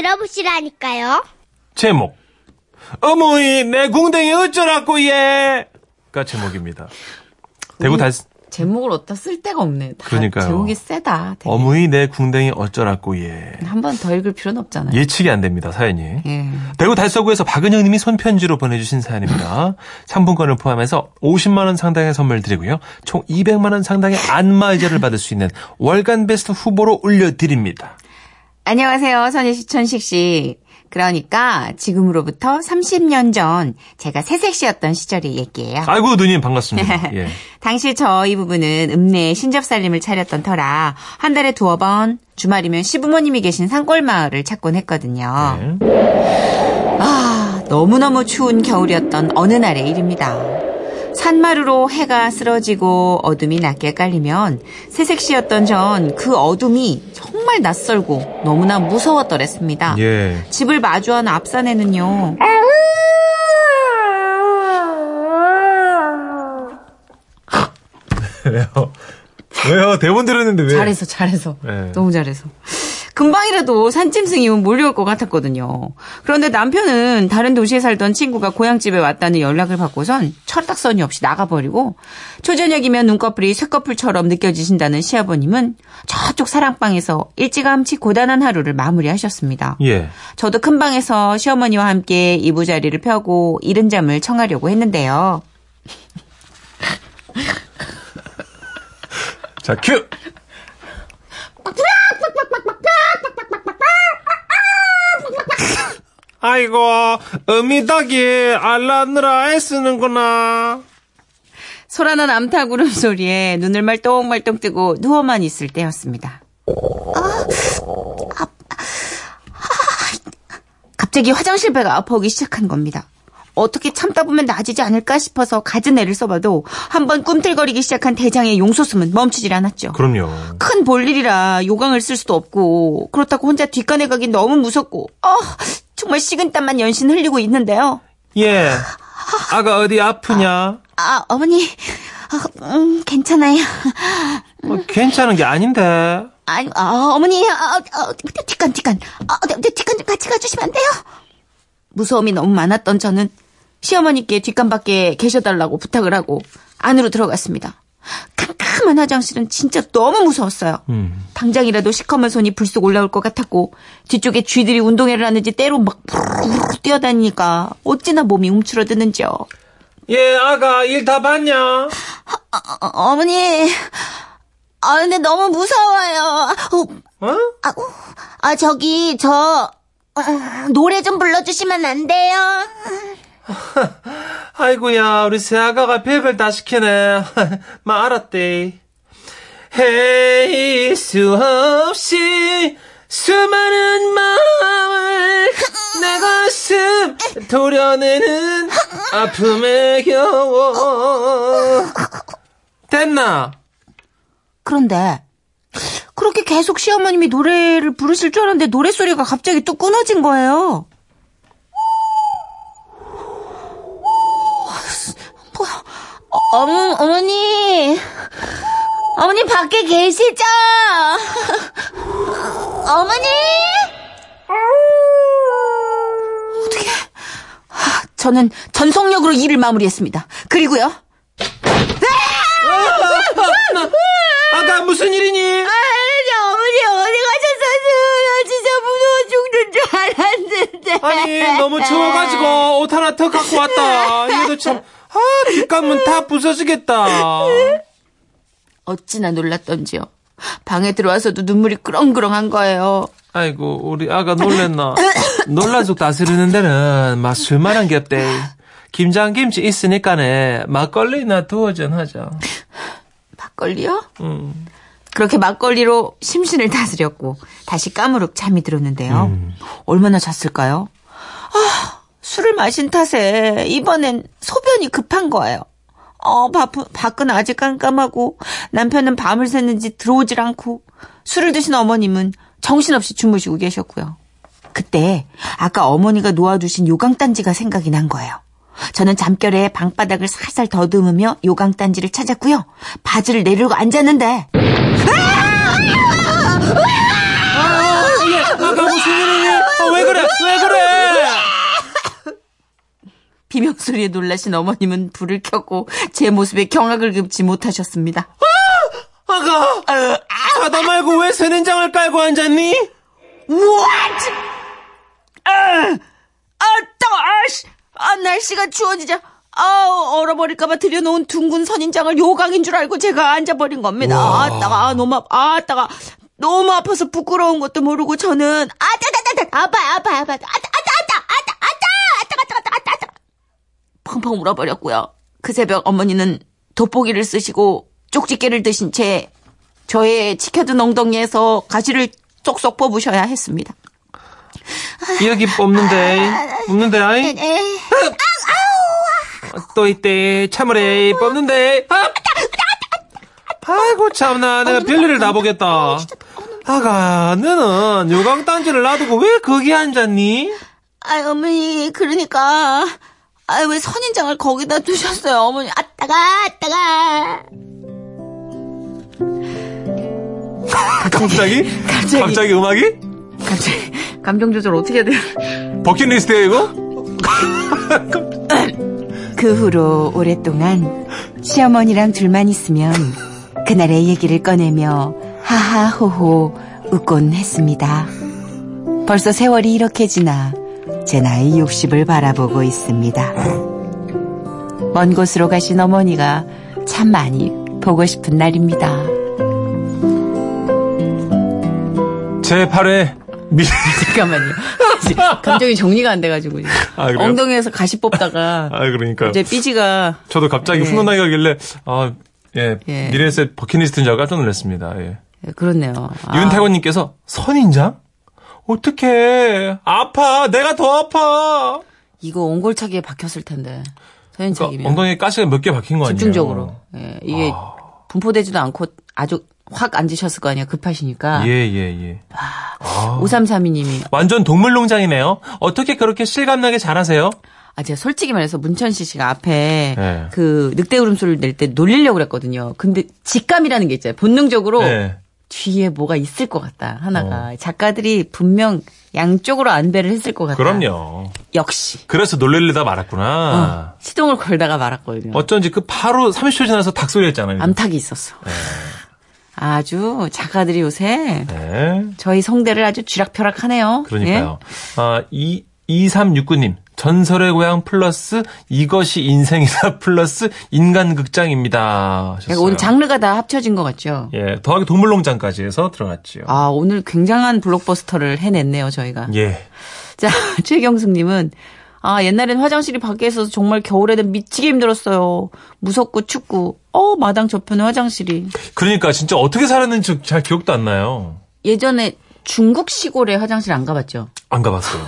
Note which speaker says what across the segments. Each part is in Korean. Speaker 1: 들어보시라니까요.
Speaker 2: 제목 어머이 내 궁뎅이 어쩌라고 얘가 제목입니다. 대구 달
Speaker 3: 제목을 어디다 쓸 데가 없네. 다
Speaker 2: 그러니까요.
Speaker 3: 제목이 세다. 되게.
Speaker 2: 어머이 내 궁뎅이 어쩌라고 얘
Speaker 3: 한 번 더 읽을 필요는 없잖아요.
Speaker 2: 예측이 안 됩니다 사연이.
Speaker 3: 예.
Speaker 2: 대구 달서구에서 박은영님이 손편지로 보내주신 사연입니다. 상품권을 포함해서 50만 원 상당의 선물 드리고요, 총 200만 원 상당의 안마의자를 받을 수 있는 월간 베스트 후보로 올려드립니다.
Speaker 3: 안녕하세요. 선희 씨, 천식 씨. 그러니까 지금으로부터 30년 전 제가 새색시였던 시절의 얘기예요.
Speaker 2: 아이고 누님 반갑습니다. 예.
Speaker 3: 당시 저희 부부는 읍내에 신접살림을 차렸던 터라 한 달에 두어 번 주말이면 시부모님이 계신 산골마을을 찾곤 했거든요.
Speaker 2: 네.
Speaker 3: 아, 너무너무 추운 겨울이었던 어느 날의 일입니다. 산마루로 해가 쓰러지고 어둠이 낮게 깔리면 새색시였던 전 그 어둠이 정말 낯설고 너무나 무서웠더랬습니다.
Speaker 2: 예.
Speaker 3: 집을 마주한 앞산에는요.
Speaker 2: 왜요? 왜요? 대본 들었는데 왜?
Speaker 3: 잘해서 잘해서
Speaker 2: 네.
Speaker 3: 너무 잘해서 금방이라도 산짐승이 면 몰려올 것 같았거든요. 그런데 남편은 다른 도시에 살던 친구가 고향집에 왔다는 연락을 받고선 철딱서니 없이 나가버리고 초저녁이면 눈꺼풀이 쇠꺼풀처럼 느껴지신다는 시아버님은 저쪽 사랑방에서 일찌감치 고단한 하루를 마무리하셨습니다.
Speaker 2: 예.
Speaker 3: 저도 큰 방에서 시어머니와 함께 이부자리를 펴고 이른 잠을 청하려고 했는데요.
Speaker 2: 자, 큐! 아이고, 어미닭이 알라느라 애쓰는구나.
Speaker 3: 소란한 암탉 울음소리에 눈을 말똥말똥 뜨고 누워만 있을 때였습니다. 갑자기 화장실 배가 아파오기 시작한 겁니다. 어떻게 참다 보면 나아지지 않을까 싶어서 가진 애를 써봐도 한번 꿈틀거리기 시작한 대장의 용솟음은 멈추질 않았죠.
Speaker 2: 그럼요.
Speaker 3: 큰 볼일이라 요강을 쓸 수도 없고 그렇다고 혼자 뒷간에 가긴 너무 무섭고 어, 정말 식은땀만 연신 흘리고 있는데요.
Speaker 2: 예. 아가 어디 아프냐?
Speaker 3: 아 어머니 아, 음, 괜찮아요.
Speaker 2: 어, 괜찮은 게 아닌데.
Speaker 3: 아니, 아, 어머니, 아, 아, 뒷간, 뒷간. 아, 네, 네, 뒷간 좀 같이 가주시면 안 돼요? 무서움이 너무 많았던 저는 시어머니께 뒷간 밖에 계셔달라고 부탁을 하고 안으로 들어갔습니다. 캄캄한 화장실은 진짜 너무 무서웠어요.
Speaker 2: 음.
Speaker 3: 당장이라도 시커먼 손이 불쑥 올라올 것 같았고 뒤쪽에 쥐들이 운동회를 하는지 때로 막 부르르 뛰어다니니까 어찌나 몸이 움츠러드는지요.
Speaker 2: 예, 아가 일 다 봤냐?
Speaker 3: 어, 어머니, 아 근데 너무 무서워요.
Speaker 2: 어?
Speaker 1: 아, 우, 아 저기 저 어, 노래 좀 불러주시면 안 돼요?
Speaker 2: 아이고야, 우리 새아가가 별별 다 시키네. 마, 알았대. 헤이, 수 없이 수많은 마음을 내 가슴 도려내는 아픔의 겨워. 됐나?
Speaker 3: 그런데 그렇게 계속 시어머님이 노래를 부르실 줄 알았는데 노래 소리가 갑자기 또 끊어진 거예요.
Speaker 1: 뭐야? 어, 어머, 어머니, 어머니 밖에 계시죠? 어머니,
Speaker 3: 저는 전속력으로 일을 마무리했습니다. 그리고요.
Speaker 2: 아가 무슨 일이니?
Speaker 3: 어머니 어디 가셨어요? 진짜 무서워 죽는 줄 알았는데.
Speaker 2: 아니, 너무 추워가지고 옷 하나 더 갖고 왔다. 얘도 참, 아, 뒷감은 다 부서지겠다.
Speaker 3: 어찌나 놀랐던지요. 방에 들어와서도 눈물이 끄렁끄렁한 거예요.
Speaker 2: 아이고 우리 아가 놀랬나 놀란 속 다스리는 데는 막 술만한 게 없대 김장김치 있으니까네 막걸리나 두어 잔 하자 아,
Speaker 3: 막걸리요?
Speaker 2: 음.
Speaker 3: 그렇게 막걸리로 심신을 다스렸고 다시 까무룩 잠이 들었는데요. 얼마나 잤을까요? 아, 술을 마신 탓에 이번엔 소변이 급한 거예요. 어, 밥, 밖은 아직 깜깜하고 남편은 밤을 샜는지 들어오질 않고 술을 드신 어머님은 정신없이 주무시고 계셨고요. 그때 아까 어머니가 놓아두신 요강단지가 생각이 난 거예요. 저는 잠결에 방바닥을 살살 더듬으며 요강단지를 찾았고요. 바지를 내리고 앉았는데
Speaker 2: 아가 무슨 일이니 아, 왜 왜 그래?
Speaker 4: 비명 소리에 놀라신 어머님은 불을 켜고 제 모습에 경악을 금치 못하셨습니다.
Speaker 2: 아가, 자다 말고 왜 새는장을 깔고 앉았니?
Speaker 4: What? 아, 아, 따 아씨. 아, 날씨가 추워지자. 아, 얼어버릴까봐 들여놓은 둥근 선인장을 요강인 줄 알고 제가 앉아버린 겁니다. 아, 따가, 아, 너무 아파, 아, 따가. 너무 아파서 부끄러운 것도 모르고 저는, 아, 따, 따, 따, 아파, 아파, 아파, 아, 따, 아, 따, 아, 따, 아, 따, 아, 따, 아, 따, 아, 따, 아, 따, 아, 따. 펑펑 울어버렸고요. 그 새벽 어머니는 돋보기를 쓰시고 쪽집게를 드신 채 저의 지켜둔 엉덩이에서 가시를 쏙쏙 뽑으셔야 했습니다.
Speaker 2: 여기 뽑는데, 뽑는데, 아이.
Speaker 5: 에,
Speaker 2: 또 이때, 참으래, 뽑는데, 아! 아이고, 참나, 내가 별일을 다 보겠다. 아가, 너는 요강 단지를 놔두고 왜 거기 앉았니?
Speaker 4: 아 어머니 그러니까 아 왜 선인장을 거기다 두셨어요 어머니 아따가 아따가
Speaker 2: 갑자기?
Speaker 4: 갑자기.
Speaker 2: 음악이?
Speaker 4: 갑자기 감정 조절 어떻게 해야 돼요?
Speaker 2: 버킷리스트에 이거?
Speaker 4: 그 후로 오랫동안 시어머니랑 둘만 있으면 그날의 얘기를 꺼내며 하하호호 웃곤 했습니다. 벌써 세월이 이렇게 지나 제 나이 60을 바라보고 있습니다. 먼 곳으로 가신 어머니가 참 많이 보고 싶은 날입니다.
Speaker 2: 제8회 미래.
Speaker 3: 잠깐만요. 감정이 정리가 안 돼가지고 지금.
Speaker 2: 아, 그래요?
Speaker 3: 엉덩이에서 가시 뽑다가
Speaker 2: 아, 그러니까요.
Speaker 3: 이제 삐지가
Speaker 2: 저도 갑자기 훈훈하게 하길래, 아, 예,
Speaker 3: 예.
Speaker 2: 미래에셋 버킷리스트인 줄 알고 깜짝 놀랐습니다. 예.
Speaker 3: 예, 그렇네요. 아,
Speaker 2: 윤태권님께서 선인장? 어떡해. 아파. 내가 더 아파.
Speaker 3: 이거 옹골차기에 박혔을 텐데
Speaker 2: 그러니까
Speaker 3: 서현책이면
Speaker 2: 엉덩이에 가시가 몇 개 박힌 거 아니에요? 아.
Speaker 3: 집중적으로 예, 이게 분포되지도 않고 아주 확 앉으셨을 거 아니에요. 급하시니까
Speaker 2: 예, 예, 예.
Speaker 3: 5332님이
Speaker 2: 완전 동물농장이네요. 어떻게 그렇게 실감나게 잘하세요?
Speaker 3: 아 제가 솔직히 말해서 문천식 씨가 앞에
Speaker 2: 예.
Speaker 3: 그 늑대 울음소리를 낼 때 놀리려고 그랬거든요. 근데 직감이라는 게 있잖아요. 본능적으로
Speaker 2: 예. 어.
Speaker 3: 뒤에 뭐가 있을 것 같다 하나가 작가들이 분명 양쪽으로 안배를 했을 것 같다.
Speaker 2: 그럼요.
Speaker 3: 역시
Speaker 2: 그래서 놀래려다
Speaker 3: 어.
Speaker 2: 말았구나.
Speaker 3: 시동을 걸다가 말았거든요.
Speaker 2: 아. 어쩐지 그 바로 30초 지나서 닭소리 했잖아요.
Speaker 3: 암탉이 있었어.
Speaker 2: 예.
Speaker 3: 아주 작가들이 요새
Speaker 2: 네.
Speaker 3: 저희 성대를 아주 쥐락펴락하네요.
Speaker 2: 그러니까요. 아, 이, 2369님. 전설의 고향 플러스 이것이 인생이다 플러스 인간극장입니다.
Speaker 3: 예.
Speaker 2: 하셨어요.
Speaker 3: 오늘 장르가 다 합쳐진 것 같죠.
Speaker 2: 예, 더하기 동물농장까지 해서 들어갔지요.
Speaker 3: 아 오늘 굉장한 블록버스터를 해냈네요 저희가.
Speaker 2: 예.
Speaker 3: 자, 최경숙님은, 아, 옛날엔 화장실이 밖에 있어서 정말 겨울에는 미치게 힘들었어요. 무섭고 춥고, 어, 마당 저편에 화장실이.
Speaker 2: 그러니까 진짜 어떻게 살았는지 잘 기억도 안 나요.
Speaker 3: 예전에 중국 시골에 화장실 안 가봤죠?
Speaker 2: 안 가봤어요.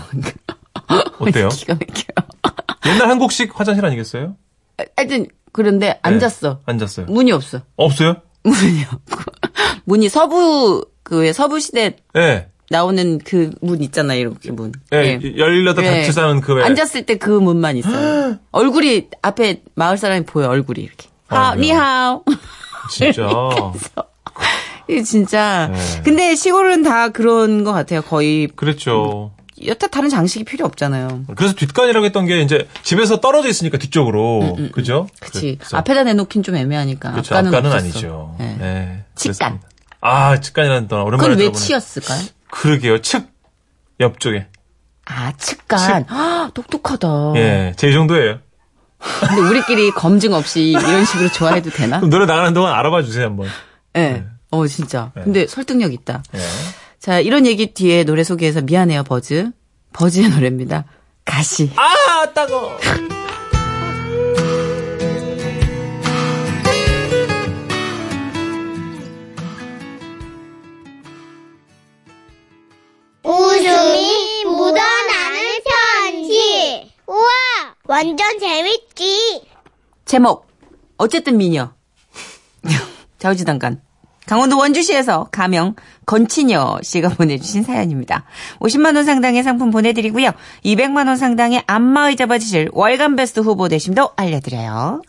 Speaker 2: 어때요?
Speaker 3: 기가 막혀요.
Speaker 2: 옛날 한국식 화장실 아니겠어요?
Speaker 3: 하여튼, 그런데 앉았어.
Speaker 2: 네, 앉았어요.
Speaker 3: 문이 없어.
Speaker 2: 없어요?
Speaker 3: 문이 없고. 문이 서부, 그 왜 서부시대
Speaker 2: 예.
Speaker 3: 나오는 그 문 있잖아요, 이렇게 문.
Speaker 2: 예.
Speaker 3: 예.
Speaker 2: 열려다
Speaker 3: 예.
Speaker 2: 닫혀 사는 그 왜.
Speaker 3: 앉았을 때 그 문만 있어요. 얼굴이 앞에 마을 사람이 보여, 얼굴이 이렇게.
Speaker 2: 아,
Speaker 3: 하,
Speaker 2: 그래요?
Speaker 3: 니하오.
Speaker 2: 진짜.
Speaker 3: 이게 진짜.
Speaker 2: 네.
Speaker 3: 근데 시골은 다 그런 것 같아요. 거의
Speaker 2: 그랬죠.
Speaker 3: 여태 다른 장식이 필요 없잖아요.
Speaker 2: 그래서 뒷간이라고 했던 게 이제 집에서 떨어져 있으니까 뒤쪽으로. 그죠?
Speaker 3: 음, 그치.
Speaker 2: 그래서-
Speaker 3: 앞에다 내놓긴 좀 애매하니까.
Speaker 2: 그렇죠.
Speaker 3: 아까는,
Speaker 2: 앞간은
Speaker 3: 없었어.
Speaker 2: 아니죠.
Speaker 3: 예.
Speaker 2: 예,
Speaker 3: 측간.
Speaker 2: 그렇습니다. 아, 측간이라는 단어 오랜만에
Speaker 3: 그걸 왜
Speaker 2: 들어보네.
Speaker 3: 치였을까요?
Speaker 2: 그러게요. 측. 옆쪽에.
Speaker 3: 아, 측간. 아, 똑똑하다.
Speaker 2: 예. 제 이 정도예요.
Speaker 3: 근데 우리끼리 검증 없이 이런 식으로 좋아해도 되나?
Speaker 2: 그럼 노래 나가는 동안 알아봐 주세요, 한번.
Speaker 3: 예. 어, 진짜.
Speaker 2: 예.
Speaker 3: 근데 설득력 있다.
Speaker 2: 예.
Speaker 3: 자, 이런 얘기 뒤에 노래 소개해서 미안해요, 버즈. 버즈의 노래입니다. 가시.
Speaker 2: 아, 따가워.
Speaker 6: 웃음이 묻어나는 편지. 우와, 완전 재밌지.
Speaker 3: 제목 어쨌든 미녀 좌우지단간 강원도 원주시에서 가명 건치녀 씨가 보내주신 사연입니다. 50만 원 상당의 상품 보내드리고요. 200만 원 상당의 안마의자 받으실 월간 베스트 후보 되심도 알려드려요.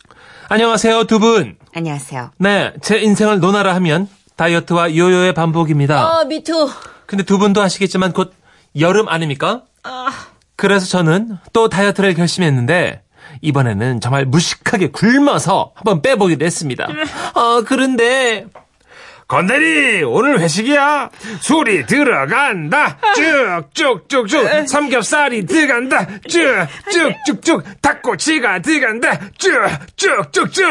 Speaker 2: 안녕하세요, 두 분.
Speaker 3: 안녕하세요.
Speaker 2: 네, 제 인생을 논하라 하면 다이어트와 요요의 반복입니다.
Speaker 3: 미투.
Speaker 2: 근데 두 분도 아시겠지만 곧 여름 아닙니까?
Speaker 7: 그래서 저는 또 다이어트를 결심했는데 이번에는 정말 무식하게 굶어서 한번 빼보기로 했습니다. 아 그런데 건대리 오늘 회식이야 술이 들어간다 쭉쭉쭉쭉 삼겹살이 들어간다 쭉쭉쭉쭉 닭꼬치가 들어간다 쭉쭉쭉쭉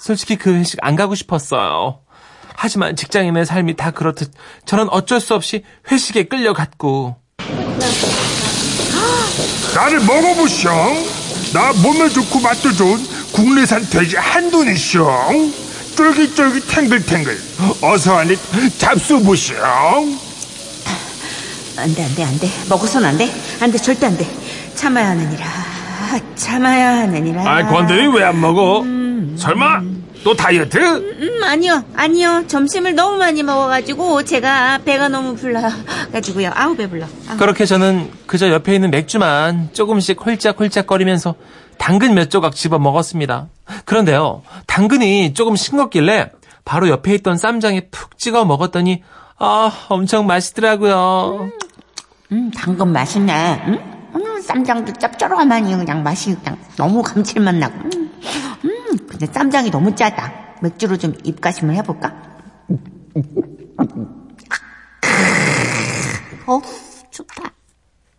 Speaker 7: 솔직히 그 회식 안 가고 싶었어요. 하지만 직장인의 삶이 다 그렇듯 저는 어쩔 수 없이 회식에 끌려갔고
Speaker 8: 나를 먹어보쇼. 나 몸에 좋고 맛도 좋은 국내산 돼지 한돈이쇼. 쫄깃쫄깃 탱글탱글. 어서 안에 잡숴보쇼.
Speaker 9: 안 돼, 안 돼, 안 돼. 먹어선 안 돼. 안 돼, 절대 안 돼. 참아야 하느니라. 참아야 하느니라.
Speaker 7: 아이 건들이 왜 안 먹어? 설마 또 다이어트?
Speaker 9: 음, 아니요, 아니요. 점심을 너무 많이 먹어가지고 제가 배가 너무 불러가지고요. 아우 배불러. 아우.
Speaker 7: 그렇게 저는 그저 옆에 있는 맥주만 조금씩 홀짝홀짝거리면서 당근 몇 조각 집어 먹었습니다. 그런데요, 당근이 조금 싱겁길래 바로 옆에 있던 쌈장에 푹 찍어 먹었더니 아 엄청 맛있더라고요.
Speaker 3: 음, 당근 맛있네. 음? 음, 쌈장도 짭조름하니 그냥 맛이 그냥 너무 감칠맛 나고. 음, 음, 근데 쌈장이 너무 짜다. 맥주로 좀 입가심을 해볼까? 어, 좋다.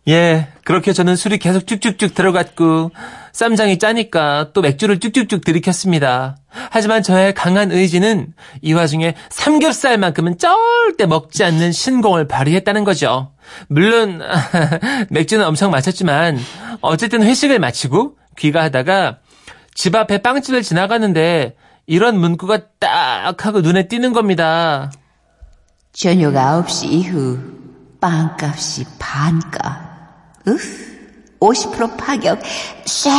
Speaker 7: 예, 그렇게 저는 술이 계속 쭉쭉쭉 들어갔고, 쌈장이 짜니까 또 맥주를 쭉쭉쭉 들이켰습니다. 하지만 저의 강한 의지는 이 와중에 삼겹살만큼은 절대 먹지 않는 신공을 발휘했다는 거죠. 물론, 맥주는 엄청 마셨지만, 어쨌든 회식을 마치고 귀가하다가 집 앞에 빵집을 지나가는데, 이런 문구가 딱 하고 눈에 띄는 겁니다.
Speaker 3: 저녁 9시 이후 빵값이 반값. 으, 50% 파격. 쉐!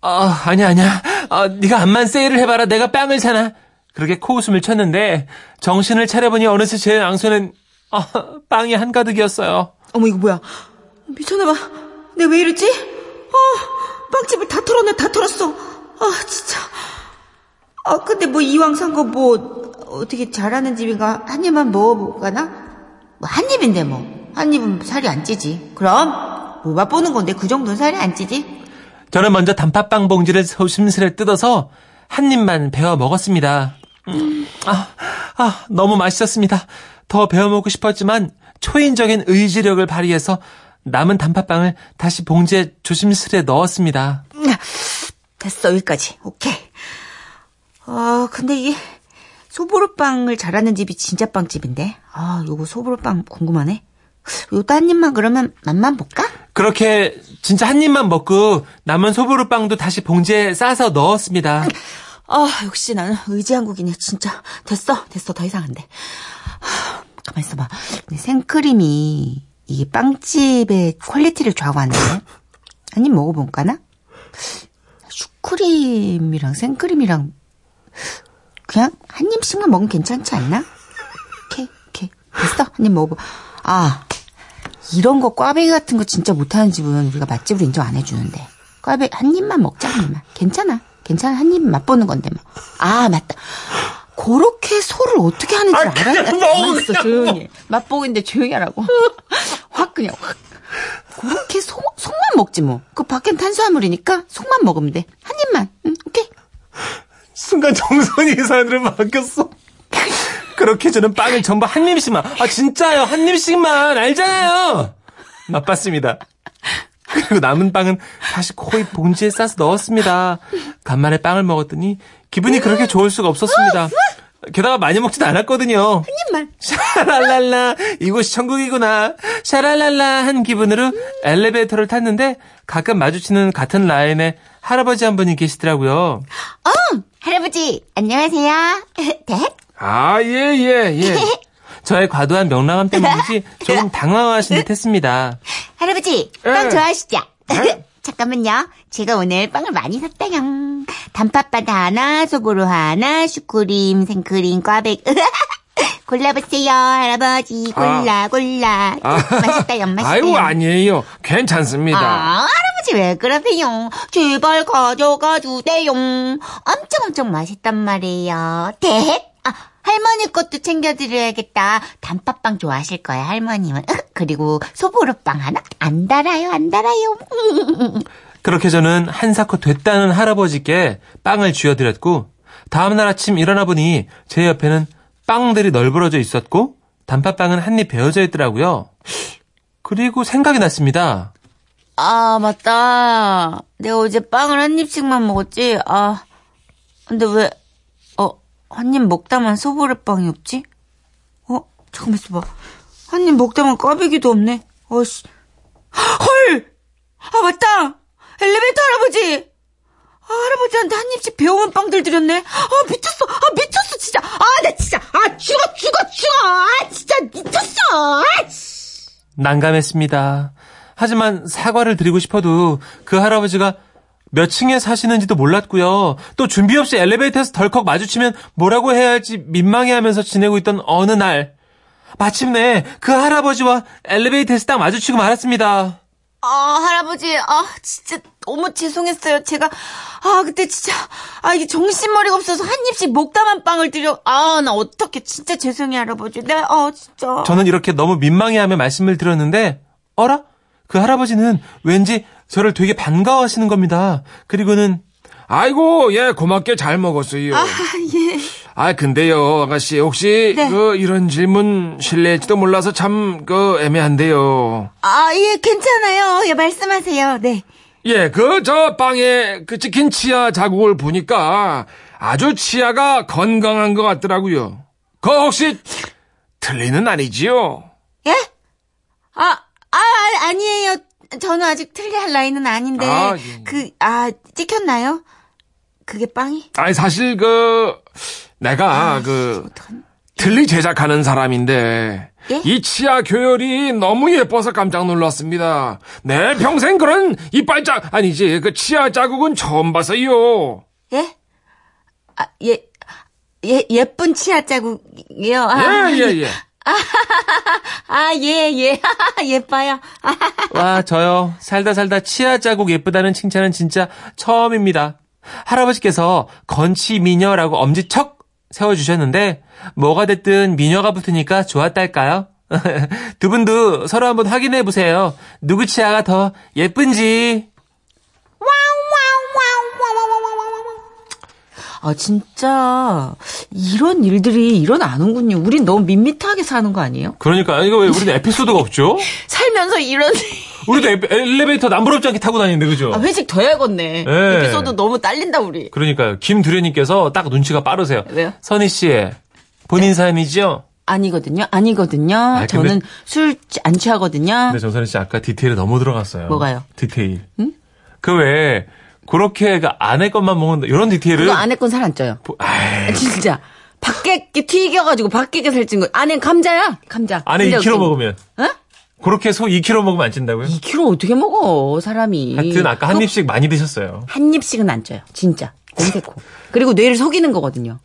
Speaker 7: 아, 아니야, 아니야. 아, 네가 암만 세일을 해봐라. 내가 빵을 사나. 그렇게 코웃음을 쳤는데 정신을 차려보니 어느새 제 양손엔 아, 빵이 한가득이었어요.
Speaker 9: 어머 이거 뭐야? 미쳤나봐. 내가 왜 이러지? 아, 빵집을 다 털었네, 다 털었어. 아 진짜. 아 근데 뭐 이왕 산 거 뭐 어떻게 잘하는 집인가 한 입만 먹어볼까나?
Speaker 3: 뭐 한 입인데 뭐 한 입은 살이 안 찌지. 그럼 뭐 맛보는 건데 그 정도는 살이 안 찌지.
Speaker 7: 저는 먼저 단팥빵 봉지를 조심스레 뜯어서 한 입만 베어 먹었습니다. 음, 아, 아, 너무 맛있었습니다. 더 베어 먹고 싶었지만 초인적인 의지력을 발휘해서 남은 단팥빵을 다시 봉지에 조심스레 넣었습니다.
Speaker 9: 음, 됐어 여기까지. 오케이. 아 근데 이게 소보로빵을 잘하는 집이 진짜 빵집인데. 아 요거 소보로빵 궁금하네. 요 딴 입만 그러면 맛만 볼까?
Speaker 7: 그렇게 진짜 한 입만 먹고 남은 소보루빵도 다시 봉지에 싸서 넣었습니다.
Speaker 9: 아 역시 나는 의지한국이네 진짜. 됐어 됐어 더 이상 안 돼. 아, 가만 있어봐.
Speaker 3: 근데 생크림이 이게 빵집의 퀄리티를 좌우하는데 한 입 먹어볼까나? 슈크림이랑 생크림이랑 그냥 한 입씩만 먹으면 괜찮지 않나? 오케이 오케이 됐어 한 입 먹어봐. 아 이런 거 꽈배기 같은 거 진짜 못하는 집은 우리가 맛집으로 인정 안 해주는데 꽈배기 한 입만 먹자 한 입만 괜찮아 괜찮아 한 입 맛보는 건데 뭐아 맞다 그렇게 소를 어떻게 하는지 알아야 가만 있어 조용히 해. 맛보기인데 조용히 하라고 확 그냥 확 그렇게 속, 속만 먹지 뭐그 밖엔 탄수화물이니까 속만 먹으면 돼 한 입만 응 오케이
Speaker 7: 순간 정선이 사연으로 바뀌었어. 그렇게 저는 빵을 전부 한 입씩만, 아, 진짜요. 한 입씩만, 알잖아요. 맛봤습니다. 그리고 남은 빵은 다시 코이 봉지에 싸서 넣었습니다. 간만에 빵을 먹었더니 기분이 그렇게 좋을 수가 없었습니다. 게다가 많이 먹진 않았거든요.
Speaker 9: 입만.
Speaker 7: 샤랄랄라 이곳이 천국이구나 샤랄랄라 한 기분으로 엘리베이터를 탔는데 가끔 마주치는 같은 라인에 할아버지 한 분이 계시더라고요
Speaker 1: 할아버지, 안녕하세요. 대?
Speaker 7: 아 예 예예 저의 과도한 명랑함 때문인지 조금 당황하신 듯 했습니다
Speaker 1: 할아버지,
Speaker 7: 예.
Speaker 1: 빵 좋아하시죠? 잠깐만요. 제가 오늘 빵을 많이 샀다요. 단팥바다 하나, 소보로 하나, 슈크림, 생크림, 꽈배기. 골라보세요, 할아버지. 골라, 골라. 맛있다요, 맛있다요.
Speaker 7: 아. 아이고 아니에요 괜찮습니다
Speaker 1: 아, 할아버지 왜 그러세요? 제발 가져가 주세요. 엄청 엄청 맛있단 말이에요. 대? 아,
Speaker 10: 할머니 것도 챙겨드려야겠다. 단팥빵 좋아하실 거야, 할머님은. 그리고 소보루빵 하나? 안 달아요, 안 달아요.
Speaker 2: 그렇게 저는 한사코 됐다는 할아버지께 빵을 쥐어드렸고 다음날 아침 일어나 보니 제 옆에는 빵들이 널브러져 있었고 단팥빵은 한입 베어져 있더라고요. 그리고 생각이 났습니다.
Speaker 1: 아, 맞다. 내가 어제 빵을 한 입씩만 먹었지? 아, 근데 왜, 어, 한 입 먹다만 소보루빵이 없지? 어, 잠깐만 있어봐. 한 입 먹다만 꽈배기도 없네. 어씨. 헐! 아, 맞다! 엘리베이터 할아버지! 아, 할아버지한테 한 입씩 배워온 빵들 드렸네. 아, 미쳤어! 아, 미쳤어, 진짜! 아, 나 진짜! 아, 죽어, 죽어, 죽어! 아, 진짜 미쳤어! 아, 씨.
Speaker 2: 난감했습니다. 하지만 사과를 드리고 싶어도 그 할아버지가 몇 층에 사시는지도 몰랐고요. 또 준비 없이 엘리베이터에서 덜컥 마주치면 뭐라고 해야 할지 민망해하면서 지내고 있던 어느 날 마침내 그 할아버지와 엘리베이터에서 딱 마주치고 말았습니다.
Speaker 1: 아, 할아버지, 아, 진짜 너무 죄송했어요. 제가, 아, 그때 진짜, 아, 이게 정신머리가 없어서 한 입씩 먹다만 빵을 드려. 아, 나 어떡해. 진짜 죄송해, 할아버지. 네, 어, 진짜.
Speaker 2: 저는 이렇게 너무 민망해하며 말씀을 드렸는데 어라? 그 할아버지는 왠지 저를 되게 반가워하시는 겁니다. 그리고는
Speaker 8: 아이고, 예, 고맙게 잘 먹었어요.
Speaker 1: 아, 예.
Speaker 8: 아, 근데요, 아가씨, 혹시,
Speaker 1: 네.
Speaker 8: 그, 이런 질문 실례일지도 몰라서 참, 그, 애매한데요.
Speaker 1: 아, 예, 괜찮아요. 예, 말씀하세요. 네.
Speaker 8: 예, 그, 저, 빵에, 그, 찍힌 치아 자국을 보니까 아주 치아가 건강한 것 같더라고요. 그, 혹시, 틀리는 아니지요?
Speaker 1: 예? 아, 아, 아, 아니에요. 저는 아직 틀게 할 나이는 아닌데.
Speaker 8: 아, 예.
Speaker 1: 그, 아, 찍혔나요? 그게 빵이?
Speaker 8: 아니, 사실, 그, 내가,
Speaker 1: 아,
Speaker 8: 그, 틀리 제작하는 사람인데
Speaker 1: 예?
Speaker 8: 이 치아 교열이 너무 예뻐서 깜짝 놀랐습니다. 내 평생 그런 이빨 자 아니지 그 치아 자국은 처음 봤어요.
Speaker 1: 예? 아, 예, 예, 예쁜 치아 자국이요. 아,
Speaker 8: 예예 예.
Speaker 1: 아, 예, 예. 예뻐요. 아,
Speaker 2: 와, 저요. 살다 살다 치아 자국 예쁘다는 칭찬은 진짜 처음입니다. 할아버지께서 건치 미녀라고 엄지척 세워주셨는데, 뭐가 됐든 미녀가 붙으니까 좋았달까요? 두 분도 서로 한번 확인해 보세요. 누구 치아가 더 예쁜지.
Speaker 3: 아, 진짜. 이런 일들이 일어나는군요. 우린 너무 밋밋하게 사는 거 아니에요?
Speaker 2: 그러니까, 이거 왜 우리는 에피소드가 없죠?
Speaker 3: 살면서 이런.
Speaker 2: 우리도 에- 엘리베이터 남부럽지 않게 타고 다니는데, 그죠?
Speaker 3: 아, 회식 더 해야겠네.
Speaker 2: 예.
Speaker 3: 에피소드 너무 딸린다, 우리.
Speaker 2: 그러니까요. 김두려님께서 딱 눈치가 빠르세요.
Speaker 3: 왜요? 네.
Speaker 2: 선희 씨의 본인 사연이지요?
Speaker 3: 아니거든요. 아니거든요.
Speaker 2: 근데-
Speaker 3: 저는 술 안 취하거든요.
Speaker 2: 근데 정선희 씨 아까 디테일에 너무 들어갔어요.
Speaker 3: 뭐가요?
Speaker 2: 디테일. 그 왜 그렇게 안에 것만 먹는다 이런 디테일을
Speaker 3: 그거 안에 건 살 안 쪄요.
Speaker 2: 보- 아이,
Speaker 3: 진짜. 밖에 게 튀겨가지고 밖에 게 살찐 거. 안엔 감자야. 감자.
Speaker 2: 안에 2kg
Speaker 3: 감자 웃긴 거.
Speaker 2: 먹으면
Speaker 3: 어?
Speaker 2: 그렇게 소 2kg 먹으면 안 찐다고요?
Speaker 3: 2kg 어떻게 먹어, 사람이.
Speaker 2: 하여튼 아까 한
Speaker 3: 그거
Speaker 2: 입씩 많이 드셨어요.
Speaker 3: 한 입씩은 안 쪄요. 진짜. 검색코. 그리고 뇌를 속이는 거거든요.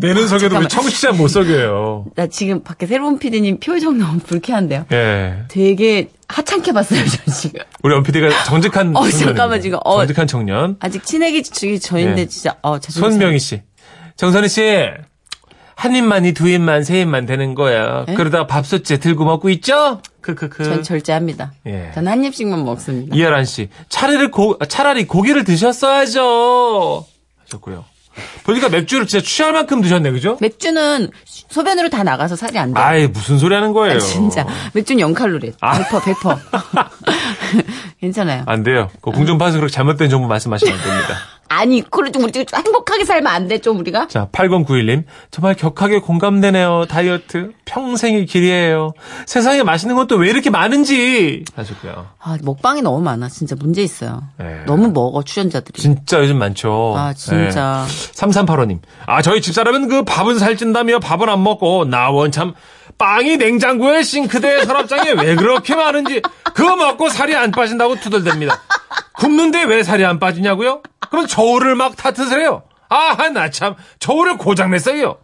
Speaker 2: 내는 속에도
Speaker 3: 잠깐만.
Speaker 2: 우리 청취자 못 속여요.
Speaker 3: 나 지금 밖에 새로운 피디님 표정 너무 불쾌한데요.
Speaker 2: 예,
Speaker 3: 되게 하찮게 봤어요, 저 지금.
Speaker 2: 우리 엄피디가 정직한
Speaker 3: 어,
Speaker 2: 청년입니다.
Speaker 3: 잠깐만, 지금. 어.
Speaker 2: 정직한 청년
Speaker 3: 아직 친해기 주기 전인데
Speaker 2: 예.
Speaker 3: 진짜 어 자존심
Speaker 2: 손명희 씨, 정선희 씨. 한 입만이 두 입만 세 입만 되는 거야. 그러다가 밥솥째 들고 먹고 있죠? 크크크.
Speaker 3: 네? 전 절제합니다.
Speaker 2: 예.
Speaker 3: 전 한 입씩만 먹습니다.
Speaker 2: 이하란 씨, 차라리 고, 차라리 고기를 드셨어야죠. 하셨고요. 보니까 맥주를 진짜 취할 만큼 드셨네, 그죠?
Speaker 3: 맥주는 소변으로 다 나가서 살이 안 돼.
Speaker 2: 아이, 무슨 소리 하는 거예요.
Speaker 3: 네.
Speaker 2: 아.
Speaker 3: 아, 진짜 맥주는 0칼로리. 100퍼 100퍼. 괜찮아요.
Speaker 2: 안 돼요. 그 공중파에서 그렇게 잘못된 정보 말씀하시면 안 됩니다.
Speaker 3: 아니 그래도 우리 좀 행복하게 살면 안 돼 좀 우리가?
Speaker 2: 자, 8091님. 정말 격하게 공감되네요. 다이어트. 평생의 길이에요. 세상에 맛있는 것도 왜 이렇게 많은지. 하셨고요.
Speaker 3: 아 먹방이 너무 많아 진짜 문제 있어요.
Speaker 2: 예.
Speaker 3: 너무 먹어 출연자들이.
Speaker 2: 진짜 예. 요즘 많죠.
Speaker 3: 아 진짜.
Speaker 2: 3385님. 아, 저희 집사람은 그 밥은 살찐다며 밥은 안 먹고, 나 원참, 빵이 냉장고에 싱크대에 서랍장에 왜 그렇게 많은지, 그거 먹고 살이 안 빠진다고 투덜댑니다. 굽는데 왜 살이 안 빠지냐고요? 그럼 저울을 막 탓으세요. 아, 나 참, 저울을 고장냈어요.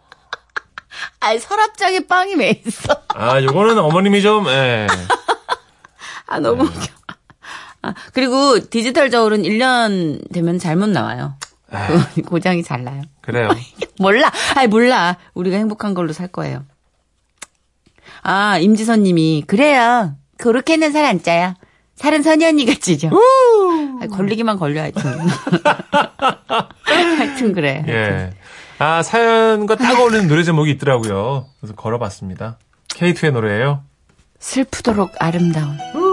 Speaker 3: 아 서랍장에 빵이 왜 있어?
Speaker 2: 아, 요거는 어머님이 좀, 예.
Speaker 3: 아 너무 웃겨. 아, 그리고
Speaker 2: 아.
Speaker 3: 디지털 저울은 1년 되면 잘못 나와요. 그 고장이 잘 나요.
Speaker 2: 그래요.
Speaker 3: 몰라. 아이, 몰라. 우리가 행복한 걸로 살 거예요. 아, 임지선 님이, 그래요. 그렇게는 살 안 짜요. 살은 선희 언니가 찌죠. 아이, 걸리기만 걸려, 하여튼. 하여튼 그래.
Speaker 2: 예. 아, 사연과 딱 어울리는 노래 제목이 있더라고요. 그래서 걸어봤습니다. K2의 노래예요
Speaker 3: 슬프도록 아름다운.